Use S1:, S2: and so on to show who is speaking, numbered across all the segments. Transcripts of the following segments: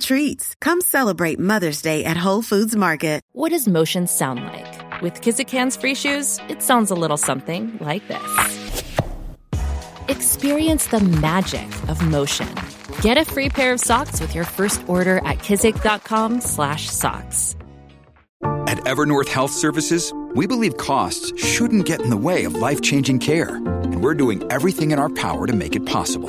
S1: treats. Come celebrate Mother's Day at Whole Foods Market.
S2: What does motion sound like? With Kizikans free shoes, it sounds a little something like this. Experience the magic of motion. Get a free pair of socks with your first order at kizik.com/socks.
S3: At Evernorth Health Services, we believe costs shouldn't get in the way of life changing care, and we're doing everything in our power to make it possible.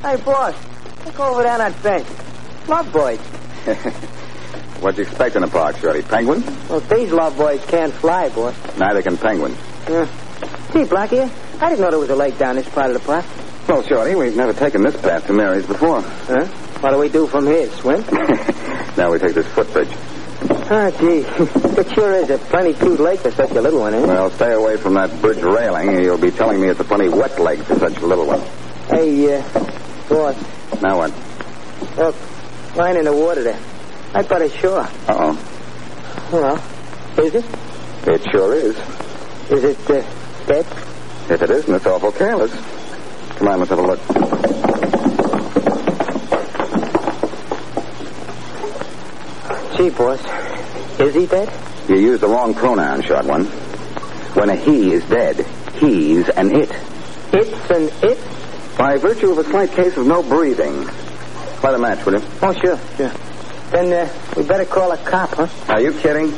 S4: Hey, boss, look over there on that bench. Love boys.
S5: What you expect in a park, Shorty? Penguin?
S4: Well, these love boys can't fly, boss.
S5: Neither can penguin.
S4: Yeah. Gee, Blackie, I didn't know there was a lake down this part of the park.
S5: Well, Shorty, we've never taken this path to Mary's before.
S4: Huh? What do we do from here? Swim?
S5: now we take this footbridge.
S4: oh, gee. it sure is a plenty cute lake for such a little one, eh?
S5: Well, stay away from that bridge railing. or You'll be telling me it's a plenty wet lake for such a little one.
S4: Hey, uh, boss,
S5: Now what?
S4: look, line in the water there. Right by the shore.
S5: Uh-oh.
S4: Well, is it?
S5: It sure is.
S4: Is it, uh, dead?
S5: If it isn't, it's awful careless. Come on, let's have a look.
S4: Gee, boss, is he dead?
S5: You used the wrong pronoun, short one. When a he is dead, he's an it.
S4: It's an it?
S5: By virtue of a slight case of no breathing. Light a match, will you?
S4: Oh, sure, sure. Then, uh, we better call a cop, huh?
S5: Are you kidding?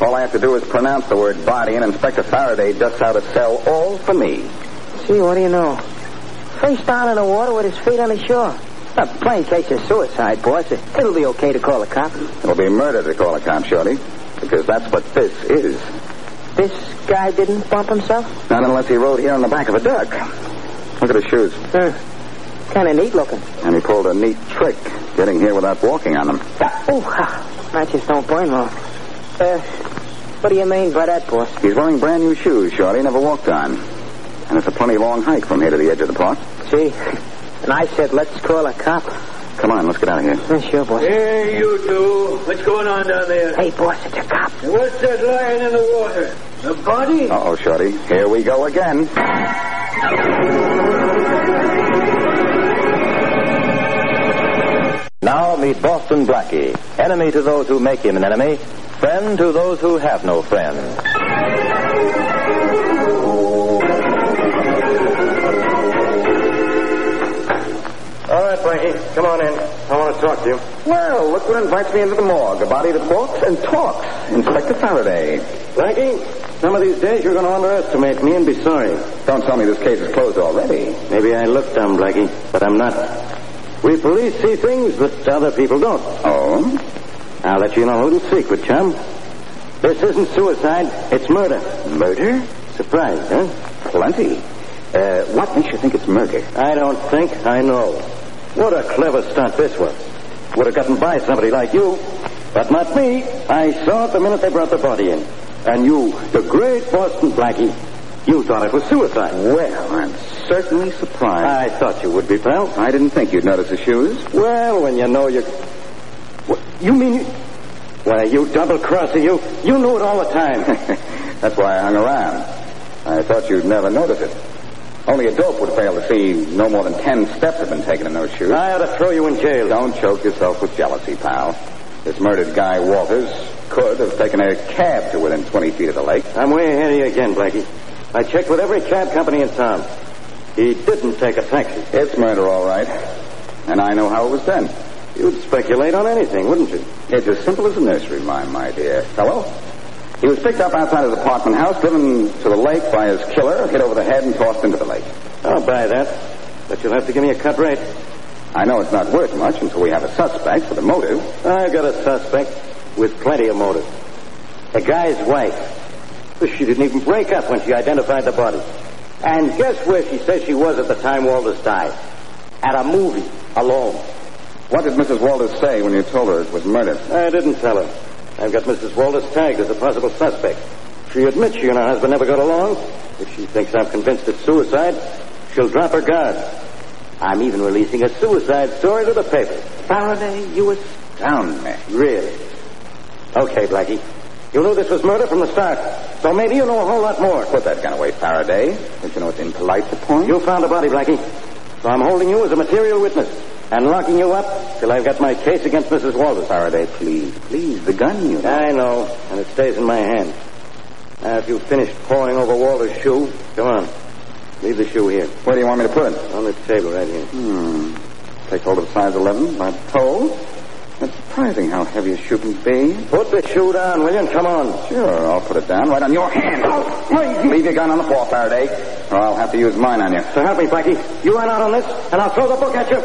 S5: All I have to do is pronounce the word body, and Inspector Faraday dusts out a cell all for me.
S4: Gee, what do you know? Face down in the water with his feet on the shore. A plain case of suicide, boss. It'll be okay to call a cop.
S5: It'll be murder to call a cop, Shorty, because that's what this is.
S4: This guy didn't bump himself?
S5: Not unless he rode here on the back of a duck. Look at his shoes.
S4: Huh. Kind of neat looking.
S5: And he pulled a neat trick, getting here without walking on them.
S4: Oh, matches don't burn well. Uh, what do you mean by that, boss?
S5: He's wearing brand new shoes, Shorty, never walked on. And it's a plenty long hike from here to the edge of the park.
S4: Gee, and I said, let's call a cop.
S5: Come on, let's get out of here.
S4: Yeah, sure, boss.
S6: Hey, you two. What's going on down there?
S4: Hey, boss, it's a cop.
S6: What's that lying in the water? A body?
S5: Uh-oh, Shorty. Here we go again.
S7: Now meet Boston Blackie, enemy to those who make him an enemy, friend to those who have no friend.
S5: All right, Blackie, come on in. I want to talk to you. Well, look what invites me into the morgue. A body that walks and talks. Inspector Faraday. Blackie, some of these days you're going to underestimate me and be sorry. Don't tell me this case is closed already. Maybe I look dumb, Blackie, but I'm not. We police see things that other people don't. Oh? I'll let you in on a little secret, chum. This isn't suicide, it's murder. Murder? Surprise, huh? Plenty. Uh, what makes you think it's murder? I don't think, I know. What a clever stunt this was. Would have gotten by somebody like you, but not me. I saw it the minute they brought the body in. And you, the great Boston Blackie, You thought it was suicide. Well, I'm certainly surprised. I thought you would be, pal. I didn't think you'd notice the shoes. Well, when you know you... What, you mean you... Why, you double-crosser, you... You knew it all the time. That's why I hung around. I thought you'd never notice it. Only a dope would fail to see no more than ten steps have been taken in those shoes. I ought to throw you in jail. Don't choke yourself with jealousy, pal. This murdered guy, Walters, could have taken a cab to within 20 feet of the lake. I'm way ahead of you again, Blackie. I checked with every cab company in town. He didn't take a taxi. It's murder, all right. And I know how it was done. You'd speculate on anything, wouldn't you? It's as simple as a nursery rhyme, my dear fellow. He was picked up outside his apartment house, driven to the lake by his killer, hit over the head, and tossed into the lake. I'll buy that. But you'll have to give me a cut rate. I know it's not worth much until we have a suspect for the motive. I got a suspect with plenty of motive. The guy's wife. She didn't even break up when she identified the body. And guess where she says she was at the time Walters died? At a movie, alone. What did Mrs. Walters say when you told her it was murder? I didn't tell her. I've got Mrs. Walters tagged as a possible suspect. She admits she and her husband never got along. If she thinks I'm convinced it's suicide, she'll drop her guard. I'm even releasing a suicide story to the paper. Faraday, you astound me. Really? Okay, Blackie. You knew this was murder from the start, so maybe you know a whole lot more. Put that gun away, Faraday. Don't you know it's impolite to point? You found a body, Blackie. So I'm holding you as a material witness and locking you up till I've got my case against Mrs. Walters. Faraday, please, please, the gun you. I know, and it stays in my hand. Now, if you've finished poring over Walter's shoe, come on. Leave the shoe here. Where do you want me to put it? On this table right here. Hmm. Take hold of size 11 by the toe. That's surprising how heavy a shoe can be. Put the shoe down, William. Come on. Oh, Sure, I'll put it down right on your hand. Leave your gun on the floor, Faraday, or I'll have to use mine on you. So help me, Blackie. You run out on this, and I'll throw the book at you.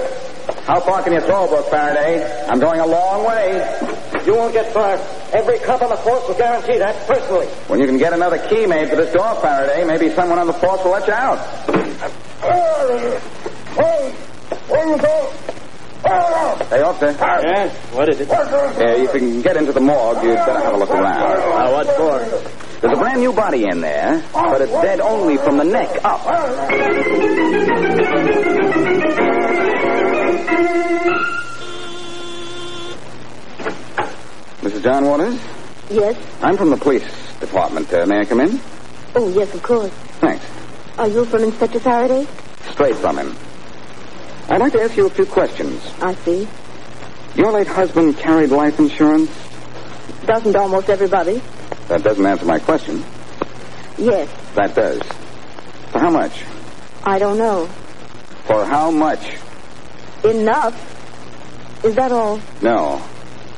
S5: How far can you throw a book, Faraday? I'm going a long way. You won't get far. Every cop on the force will guarantee that personally. When you can get another key made for this door, Faraday, maybe someone on the force will let you out. Hey, where you go? Hey, officer.
S6: Yeah? What is it?
S5: Uh, if you can get into the morgue, you'd better have a look around.
S6: Now, Uh, what for?
S5: There's a brand new body in there, but it's dead only from the neck up. Mrs. John Waters,
S8: Yes.
S5: I'm from the police department. Uh, may I come in?
S8: Oh, yes, of course.
S5: Thanks.
S8: Are you from Inspector Faraday?
S5: Straight from him. I'd like to ask you a few questions.
S8: I see.
S5: Your late husband carried life insurance?
S8: Doesn't almost everybody?
S5: That doesn't answer my question.
S8: Yes.
S5: That does. For how much?
S8: I don't know.
S5: For how much?
S8: Enough? Is that all?
S5: No.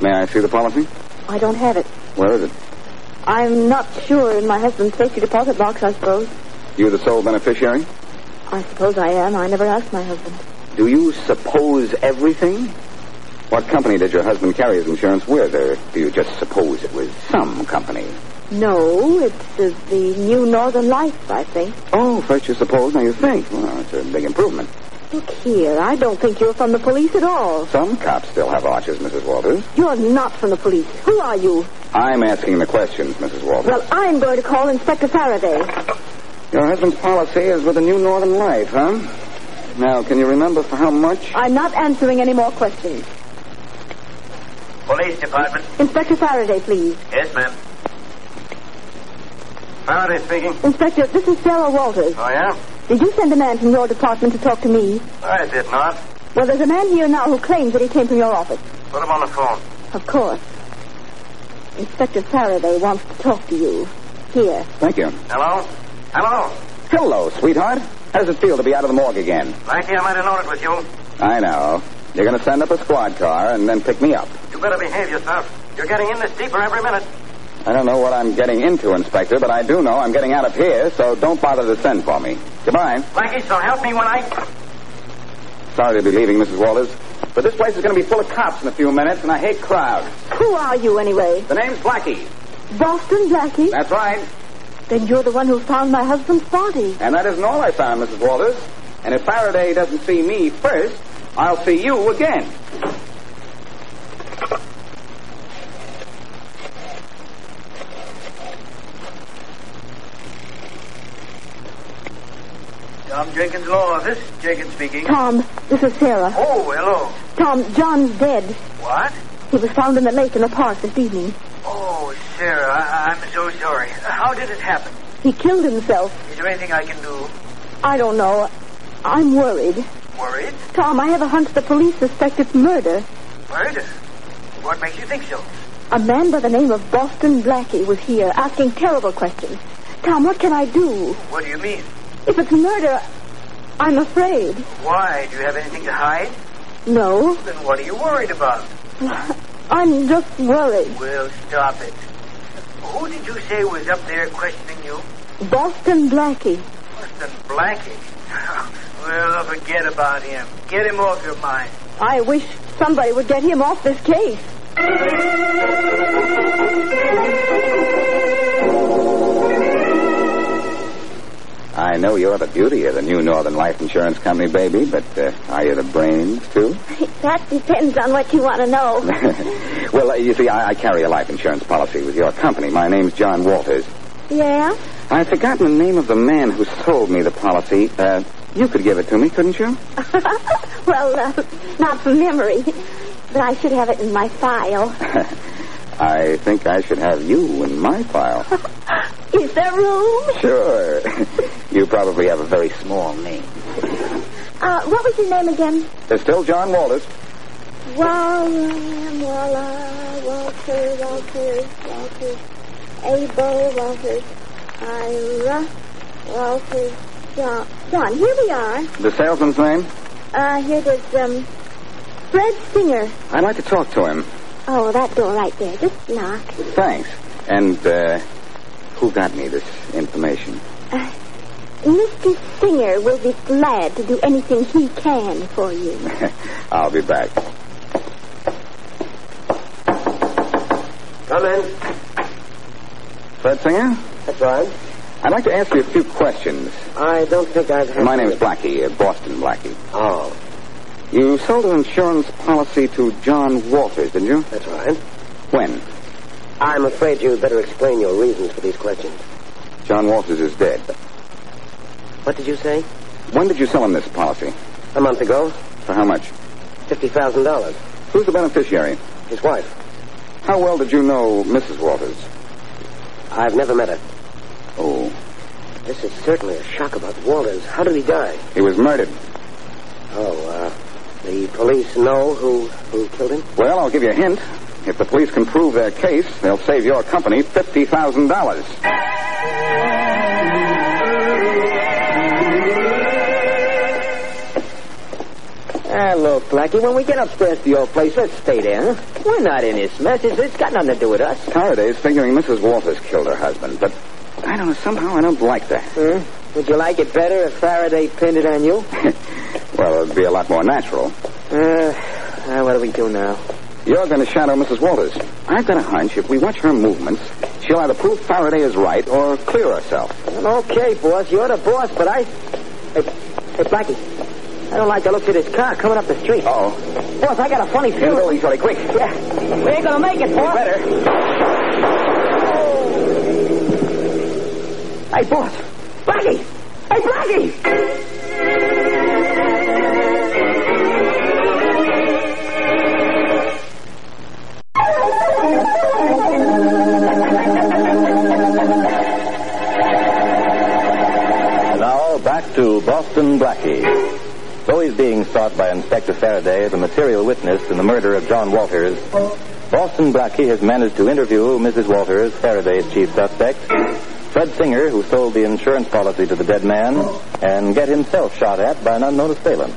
S5: May I see the policy?
S8: I don't have it.
S5: Where is it?
S8: I'm not sure in my husband's safety deposit box, I suppose.
S5: You the sole beneficiary?
S8: I suppose I am. I never asked my husband.
S5: Do you suppose everything? What company did your husband carry his insurance with, or do you just suppose it was some company?
S8: No, it's uh, the new Northern Life, I think.
S5: Oh, first you suppose, now you think. Well, it's a big improvement.
S8: Look here, I don't think you're from the police at all.
S5: Some cops still have arches, Mrs. Walters.
S8: You're not from the police. Who are you?
S5: I'm asking the questions, Mrs. Walters.
S8: Well, I'm going to call Inspector Faraday.
S5: your husband's policy is with the new Northern Life, huh? Now, can you remember for how much?
S8: I'm not answering any more questions.
S6: Police department.
S8: Inspector Faraday, please.
S6: Yes, ma'am. Faraday speaking.
S8: Inspector, this is Sarah Walters.
S6: Oh, yeah?
S8: Did you send a man from your department to talk to me?
S6: I did not.
S8: Well, there's a man here now who claims that he came from your office.
S6: Put him on the phone.
S8: Of course. Inspector Faraday wants to talk to you. Here.
S5: Thank you.
S6: Hello? Hello?
S5: Hello, sweetheart. How does it feel to be out of the morgue again?
S6: Blackie, I might have known it was you.
S5: I know. You're going to send up a squad car and then pick me up.
S6: You better behave yourself. You're getting in this deeper every minute.
S5: I don't know what I'm getting into, Inspector, but I do know I'm getting out of here, so don't bother to send for me. Goodbye.
S6: Blackie, so help me when I...
S5: Sorry to be leaving, Mrs. Walters, but this place is going to be full of cops in a few minutes, and I hate crowds.
S8: Who are you, anyway?
S5: The name's Blackie.
S8: Boston Blackie?
S5: That's right.
S8: Then you're the one who found my husband's body.
S5: And that isn't all I found, Mrs. Walters. And if Faraday doesn't see me first, I'll see you again.
S6: Jenkins Law Office. Jenkins speaking.
S8: Tom, this is Sarah.
S6: Oh, hello.
S8: Tom, John's dead.
S6: What?
S8: He was found in the lake in the park this evening.
S6: Oh, Sarah, I- I'm so sorry. How did it happen?
S8: He killed himself.
S6: Is there anything I can do?
S8: I don't know. I'm worried.
S6: Worried?
S8: Tom, I have a hunch the police suspect it's murder.
S6: Murder? What makes you think so?
S8: A man by the name of Boston Blackie was here asking terrible questions. Tom, what can I do?
S6: What do you mean?
S8: If it's murder, I'm afraid.
S6: Why? Do you have anything to hide?
S8: No,
S6: Then what are you worried about?
S8: I'm just worried.
S6: Well, stop it. Who did you say was up there questioning you?
S8: Boston Blackie.
S6: Boston Blackie. well, forget about him. Get him off your mind.
S8: I wish somebody would get him off this case.
S7: I know you're the beauty of the new Northern Life Insurance Company, baby, but uh, are you the brains, too?
S8: That depends on what you want to know.
S7: well, uh, you see, I, I carry a life insurance policy with your company. My name's John Walters.
S8: Yeah?
S7: I've forgotten the name of the man who sold me the policy. Uh, you could give it to me, couldn't you?
S8: Well, uh, not from memory. But I should have it in my file.
S7: I think I should have you in my file.
S8: Is there room?
S7: sure. you probably have a very small name.
S8: Uh, what was your name again?
S7: It's still John Walters.
S8: Wallam, Walla, Walter, Walters, Walters, Abel, Walters, Ira, Walters, John. John, here we are.
S7: The salesman's name?
S8: Uh, here was, um, Fred Singer.
S7: I'd like to talk to him.
S8: Oh, that door right there. Just knock.
S7: Thanks. And, uh, who got me this information?
S8: Mr. Singer will be glad to do anything he can for you.
S7: I'll be back.
S6: Come in.
S7: Fred Singer?
S9: That's right.
S7: I'd like to ask you a few questions.
S9: I don't think I've had...
S7: My name's Blackie, uh, Boston Blackie.
S9: Oh,
S7: You sold an insurance policy to John Walters, didn't you?
S9: that's right.
S7: When?
S9: I'm afraid you'd better explain your reasons for these questions.
S7: John Walters is dead.
S9: What did you say?
S7: When did you sell him this policy?
S9: A month ago,
S7: For how much?
S9: $50,000.
S7: Who's the beneficiary?
S9: His wife.
S7: How well did you know Mrs. Walters?
S9: I've never met her.
S7: Oh,
S9: This is certainly a shock about Walters. How did he die?
S7: he was murdered.
S9: Oh, uh, the police know who who killed him?
S7: Well, I'll give you a hint. If the police can prove their case, they'll save your company $50,000.
S9: Hello, Ah, Blackie. When we get upstairs to your place, let's stay there, huh? We're not in this mess. It's, it's got nothing to do with us.
S7: Faraday's figuring Mrs. Walters killed her husband, but I don't know, somehow I don't like that.
S9: Hmm? Would you like it better if Faraday pinned it on you?
S7: well, it'd be a lot more natural.
S9: Uh, uh, what do we do now?
S7: You're going to shadow Mrs. Walters. I've got a hunch if we watch her movements, she'll either prove Faraday is right or clear herself.
S9: Well, okay, boss. You're the boss, but I... Hey, hey, Blackie. I don't like the looks of this car coming up the street.
S7: Oh,
S9: Boss, I got a funny
S7: in the
S9: feeling.
S7: building, Charlie, quick!
S9: Yeah. We ain't gonna make it, boss.
S7: Better.
S9: Hey, boss. Blackie! Hey, Blackie!
S5: And now, back to Boston Blackie. Though he's being sought by Inspector Faraday as a material witness in the murder of John Walters, Boston Blackie has managed to interview Mrs. Walters, Faraday's chief suspect, Fred Singer, who sold the insurance policy to the dead man, and get himself shot at by an unknown assailant.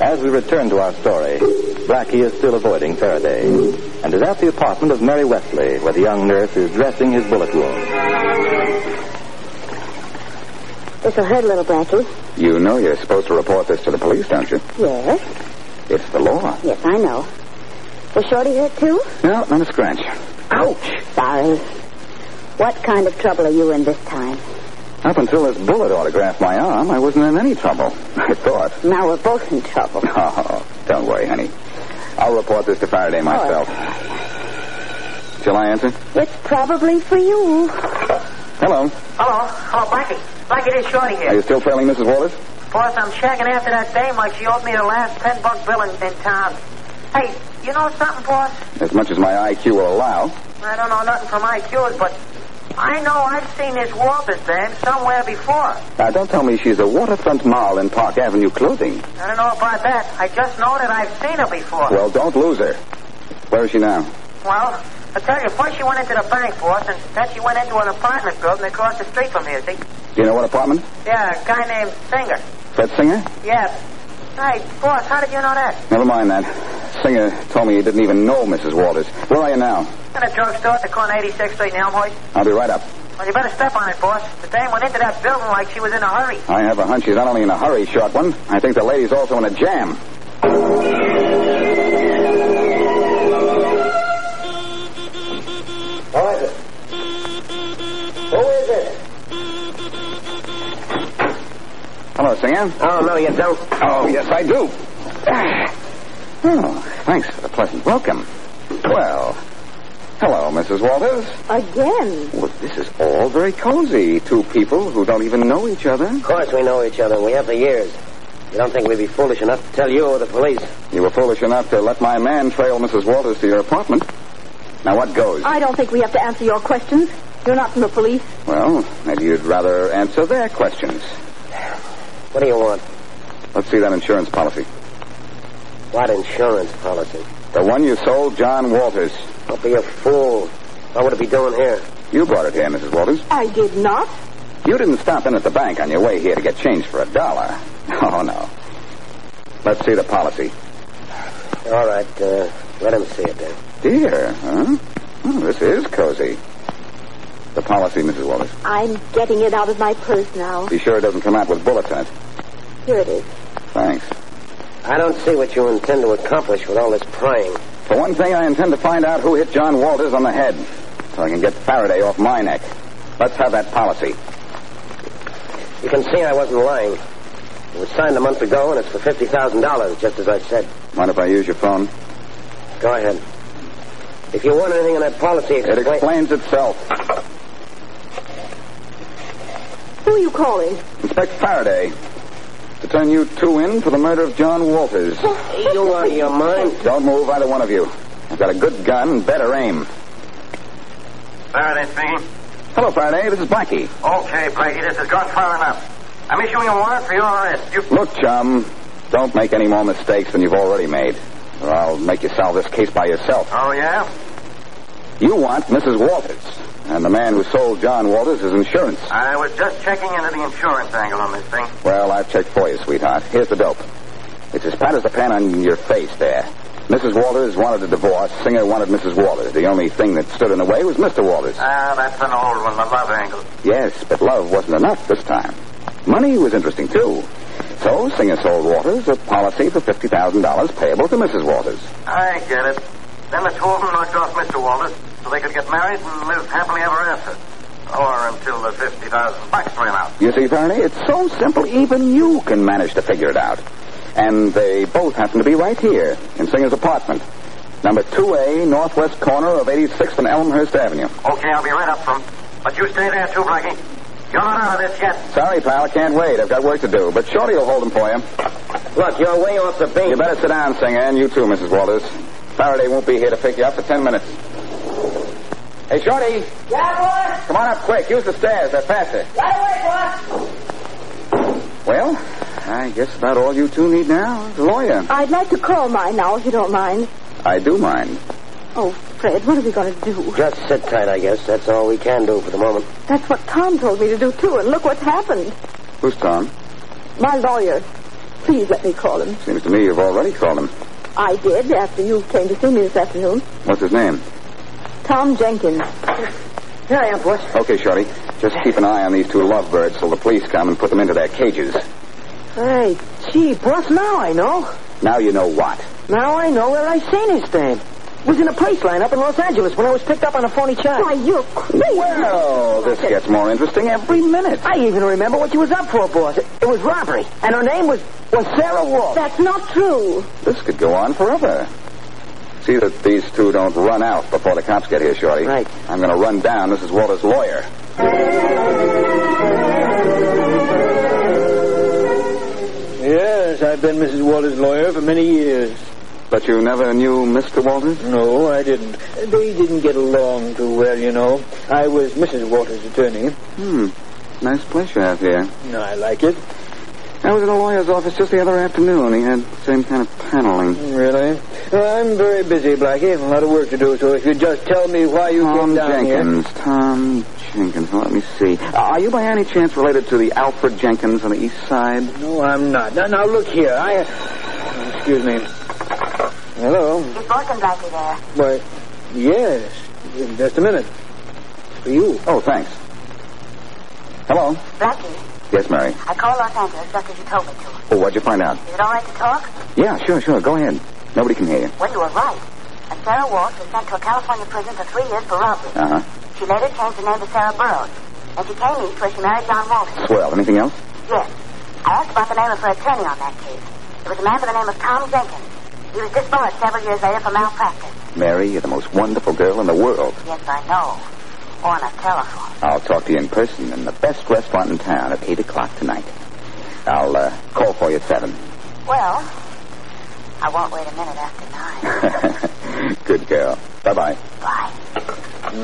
S5: As we return to our story, Blackie is still avoiding Faraday and is at the apartment of Mary Wesley, where the young nurse is dressing his bullet wound.
S8: This'll hurt a little, Blackie.
S7: You know you're supposed to report this to the police, don't you?
S8: Yes,
S7: It's the law.
S8: yes, I know. Was Shorty hurt, too?
S7: No, not a scratch.
S8: Ouch! Sorry. What kind of trouble are you in this time?
S7: Up until this bullet autographed my arm, I wasn't in any trouble. I thought.
S8: Now we're both in trouble.
S7: Oh, don't worry, honey. I'll report this to Faraday myself. Shall I answer?
S8: It's probably for you.
S7: Hello.
S6: Hello. Oh, Blackie. Blackie, it is Shorty
S7: Are
S6: here.
S7: you still failing Mrs. Walters?
S6: Boss, I'm shaking after that dame like she owed me the last ten buck bill in, in town. Hey, you know something, boss?
S7: As much as my IQ will allow.
S6: I don't know nothing from IQs, but I know I've seen this Walters dame somewhere before.
S7: Now, don't tell me she's a waterfront moll in Park Avenue clothing.
S6: I don't know about that. I just know that I've seen her before.
S7: Well, don't lose her. Where is she now?
S6: Well, I tell you, first she went into the bank, boss, and then she went into an apartment building across the street from here, see?
S7: Do you know what apartment?
S6: Yeah, a guy named Singer.
S7: Fred Singer?
S6: Yeah. Hey, boss, how did you know that?
S7: Never mind that. Singer told me he didn't even know Mrs. Walters. Where are you now?
S6: In a drugstore at the corner of 86th Street and Elmhoy.
S7: I'll be right up.
S6: Well, you better step on it, boss. The dame went into that building like she was in a hurry.
S7: I have a hunch she's not only in a hurry, short one. I think the lady's also in a jam.
S5: Who is it? Who is it?
S7: Hello, Singer.
S5: Oh, no, you don't.
S7: Oh, yes, I do. Oh, thanks for the pleasant welcome. Well, hello, Mrs. Walters.
S8: Again.
S7: Well, this is all very cozy. Two people who don't even know each other.
S5: Of course we know each other. We have the years. You don't think we'd be foolish enough to tell you or the police?
S7: You were foolish enough to let my man trail Mrs. Walters to your apartment. Now, what goes?
S8: I don't think we have to answer your questions. You're not from the police.
S7: Well, maybe you'd rather answer their questions.
S5: What do you want?
S7: Let's see that insurance policy.
S5: What insurance policy?
S7: The one you sold John Walters.
S5: Don't be a fool. What would it be doing here?
S7: You brought it here, Mrs. Walters.
S8: I did not.
S7: You didn't stop in at the bank on your way here to get change for a dollar. Oh, no. Let's see the policy.
S5: All right, uh, let him see it then.
S7: Dear, huh? Oh, this is cozy. The policy, Mrs. Walters.
S8: I'm getting it out of my purse now.
S7: Be sure it doesn't come out with bullet holes.
S8: Here it is.
S7: Thanks.
S5: I don't see what you intend to accomplish with all this prying.
S7: For one thing, I intend to find out who hit John Walters on the head so I can get Faraday off my neck. Let's have that policy.
S5: You can see I wasn't lying. It was signed a month ago, and it's for $50,000, just as I said.
S7: Mind if I use your phone?
S5: Go ahead. If you want anything in that policy,
S7: It
S5: explain...
S7: explains itself.
S8: Who are you calling?
S7: Inspector Faraday, to turn you two in for the murder of John Walters.
S5: You out of your mind?
S7: Don't move, either one of you. I've got a good gun and better aim.
S6: Faraday speaking.
S7: Hello, Faraday. This is Blackie.
S6: Okay, Blackie, this has gone far enough. I'm issuing a warrant for your arrest. You...
S7: Look, chum, don't make any more mistakes than you've already made, or I'll make you solve this case by yourself.
S6: Oh, yeah?
S7: You want Mrs. Walters, and the man who sold John Walters his insurance.
S6: I was just checking into the insurance angle on this thing.
S7: Well, I've checked for you, sweetheart. Here's the dope. It's as pat as the pan on your face there. Mrs. Walters wanted a divorce. Singer wanted Mrs. Walters. The only thing that stood in the way was Mr. Walters.
S6: Ah, that's an old one, the love angle.
S7: Yes, but love wasn't enough this time. Money was interesting, too. So Singer sold Walters a policy for $50,000 payable to Mrs. Walters.
S6: I get it. Then the two of them knocked off Mr. Walters so they could get married and live happily ever after. Or until the 50,000 bucks ran out.
S7: You see, Faraday, it's so simple even you can manage to figure it out. And they both happen to be right here in Singer's apartment. Number 2A, northwest corner of 86th and Elmhurst Avenue.
S6: Okay, I'll be right up from. But you stay there too, Blackie. You're not out of this yet.
S7: Sorry, pal, can't wait. I've got work to do, but Shorty will hold him for you.
S5: Look, you're way off the beat.
S7: You better sit down, Singer, and you too, Mrs. Walters. Faraday won't be here to pick you up for ten minutes. Hey, Shorty,
S6: Yeah, boss.
S7: come on up quick. Use the stairs. They're faster.
S6: Right away, boss.
S7: Well, I guess about all you two need now is a lawyer.
S8: I'd like to call mine now, if you don't mind.
S7: I do mind.
S8: Oh, Fred, what are we going to do?
S5: Just sit tight, I guess. That's all we can do for the moment.
S8: That's what Tom told me to do, too, and look what's happened.
S7: Who's Tom?
S8: My lawyer. Please let me call him.
S7: Seems to me you've already called him.
S8: I did after you came to see me this afternoon.
S7: What's his name?
S8: Tom Jenkins.
S5: Here I am, boss.
S7: Okay, Shorty. Just keep an eye on these two lovebirds till the police come and put them into their cages.
S5: Hey, gee, boss, now I know.
S7: Now you know what.
S5: Now I know where I seen his stand. It was in a place line up in Los Angeles when I was picked up on a phony charge.
S8: Why, you're crazy.
S7: Well, this gets more interesting every minute.
S5: I even remember what she was up for, boss. It, it was robbery, and her name was was Sarah Walt.
S8: That's not true.
S7: This could go on forever. See that these two don't run out before the cops get here, Shorty.
S5: Right.
S7: I'm going to run down. This is Walter's lawyer.
S5: Yes, I've been Mrs. Walters' lawyer for many years.
S7: But you never knew Mr. Walters?
S5: No, I didn't. They didn't get along too well, you know. I was Mrs. Walters' attorney.
S7: Hmm. Nice place you have here.
S5: No, I like it.
S7: I was in a lawyer's office just the other afternoon. He had the same kind of paneling.
S5: Really? Well, I'm very busy, Blackie. A lot of work to do, so if you'd just tell me why you
S7: Tom
S5: came down
S7: Jenkins. Tom Jenkins. Let me see. Uh, are you by any chance related to the Alfred Jenkins on the east side?
S5: here. No, I'm not. Now, now look here. I. Excuse me. Hello.
S8: Is Boston Blackie there?
S5: Why, yes. Just a minute. For you.
S7: Oh, thanks. Hello?
S8: Blackie,
S7: Yes, Mary.
S8: I called Los Angeles just as you told me to.
S7: Oh, what'd you find out?
S8: Is it all right to talk?
S7: Yeah, sure, sure. Go ahead. Nobody can hear you.
S8: Well, you were right. And Sarah Walsh was sent to a California prison for three years for robbery.
S7: Uh huh.
S8: She later changed her name to Sarah Burroughs. And she came east where she married John Walters.
S7: Swell. Anything else?
S8: Yes. I asked about the name of her attorney on that case. It was a man by the name of Tom Jenkins. He was disbarred several years later for malpractice.
S7: Mary, you're the most wonderful girl in the world.
S8: Yes, I know. On a telephone.
S7: I'll talk to you in person in the best restaurant in town at 8 o'clock tonight. I'll uh, call for you at 7.
S8: Well, I won't wait a minute after nine.
S7: Good girl. Bye bye.
S8: Bye.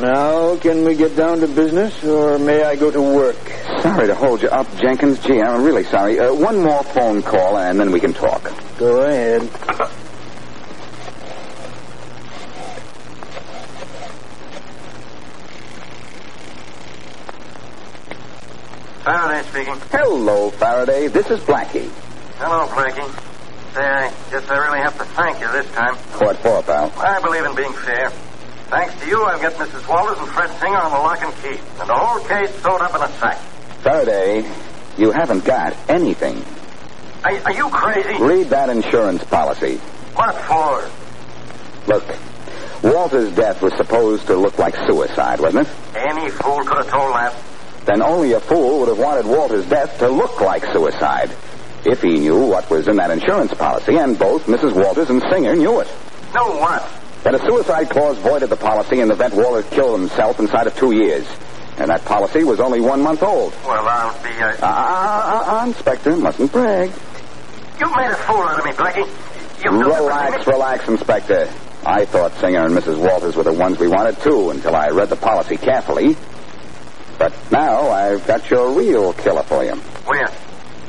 S5: Now, can we get down to business, or may I go to work?
S7: Sorry to hold you up, Jenkins. Gee, I'm really sorry. Uh, one more phone call, and then we can talk.
S5: Go ahead.
S6: Faraday speaking.
S7: Hello, Faraday. This is Blackie.
S6: Hello, Blackie. Say, I guess I really have to thank you this time.
S7: What for, pal?
S6: I believe in being fair. Thanks to you, I've got Mrs. Walters and Fred Singer on the lock and key, and the whole case sewed up in a sack.
S7: Faraday, you haven't got anything.
S6: Are, are you crazy?
S7: Read that insurance policy.
S6: What for?
S7: Look, Walter's death was supposed to look like suicide, wasn't it?
S6: Any fool could have told that.
S7: Then only a fool would have wanted Walter's death to look like suicide if he knew what was in that insurance policy, and both Mrs. Walters and Singer knew it.
S6: No what?
S7: That a suicide clause voided the policy in the event Walter killed himself inside of two years. And that policy was only one month old.
S6: Well, I'll be. Uh...
S7: Ah, ah, ah, ah, Inspector, mustn't brag.
S6: You made a fool out of me, Blackie. You
S7: Relax, relax, Inspector. I thought Singer and Mrs. Walters were the ones we wanted, too, until I read the policy carefully. But now I've got your real killer for you.
S6: Where?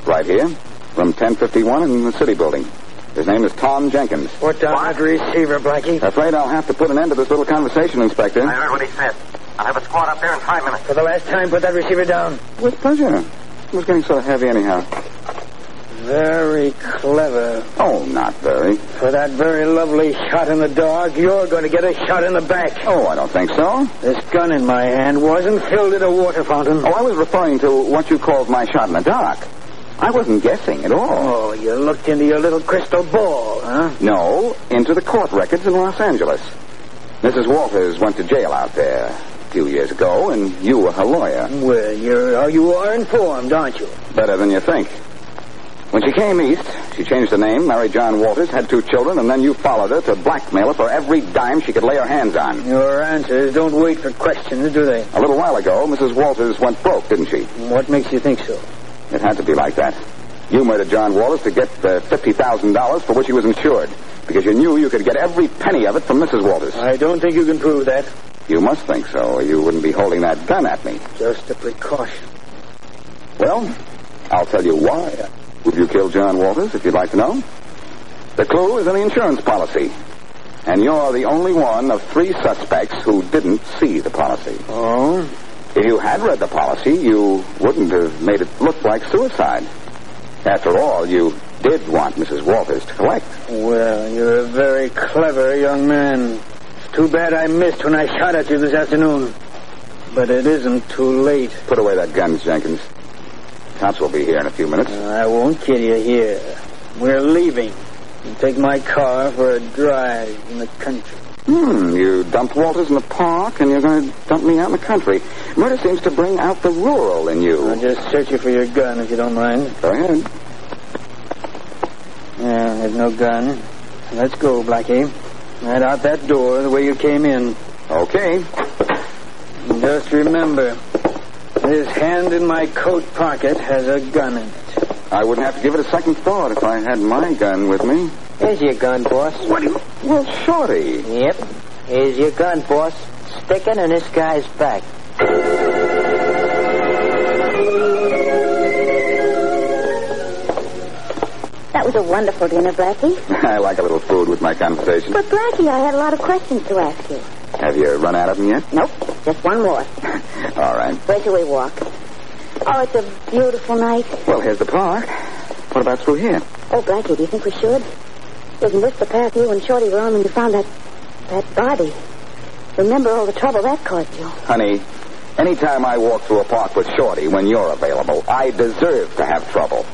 S7: Right here, room 1051 in the city building. His name is Tom Jenkins.
S5: Put down that receiver, Blackie.
S7: Afraid I'll have to put an end to this little conversation, Inspector.
S6: I heard what he said. I'll have a squad up there in five minutes.
S5: For the last time, put that receiver down.
S7: With pleasure. It was getting sort of heavy anyhow.
S5: Very clever.
S7: Oh, not very.
S5: For that very lovely shot in the dark, you're going to get a shot in the back.
S7: Oh, I don't think so.
S5: This gun in my hand wasn't filled at a water fountain.
S7: Oh, I was referring to what you called my shot in the dark. I wasn't guessing at all.
S5: Oh, you looked into your little crystal ball, huh?
S7: No, into the court records in Los Angeles. Mrs. Walters went to jail out there a few years ago, and you were her lawyer.
S5: Well, you're, uh, you are informed, aren't you?
S7: Better than you think. When she came east, she changed her name, married John Walters, had two children, and then you followed her to blackmail her for every dime she could lay her hands on.
S5: Your answers don't wait for questions, do they?
S7: A little while ago, Mrs. Walters went broke, didn't she?
S5: What makes you think so?
S7: It had to be like that. You murdered John Wallace to get uh, the $50,000 for which he was insured, because you knew you could get every penny of it from Mrs. Walters.
S5: I don't think you can prove that.
S7: You must think so, or you wouldn't be holding that gun at me.
S5: Just a precaution.
S7: Well, I'll tell you why. Would you kill John Walters if you'd like to know? The clue is in the insurance policy. And you're the only one of three suspects who didn't see the policy.
S5: Oh?
S7: If you had read the policy, you wouldn't have made it look like suicide. After all, you did want Mrs. Walters to collect.
S5: Well, you're a very clever young man. It's too bad I missed when I shot at you this afternoon. But it isn't too late.
S7: Put away that gun, Jenkins. Cops will be here in a few minutes.
S5: I won't kill you here. We're leaving. You take my car for a drive in the country.
S7: Hmm, you dumped Walters in the park, and you're going to dump me out in the country. Murder seems to bring out the rural in
S5: I'll
S7: you.
S5: just search you for your gun if you don't mind.
S7: Go ahead.
S5: Yeah, there's no gun. Let's go, Blackie. Right out that door, the way you came in.
S7: Okay.
S5: And Just remember, this hand in my coat pocket has a gun in it. I wouldn't have to give it a second thought if I had my gun with me.
S10: Here's your gun, boss.
S5: What do you... Well, Shorty.
S10: Yep. Here's your gun, boss. Sticking in this guy's back.
S8: That was a wonderful dinner, Blackie.
S5: I like a little food with my conversation.
S8: But, Blackie, I had a lot of questions to ask you.
S5: Have you run out of them yet?
S8: Nope, just one more.
S5: All right.
S8: Where shall we walk? Oh, it's a beautiful night.
S5: Well, here's the park. What about through here?
S8: Oh, Blackie, do you think we should? Isn't this the path you and Shorty were on when you found that that body? Remember all the trouble that caused you.
S5: Honey, anytime I walk through a park with Shorty when you're available, I deserve to have trouble.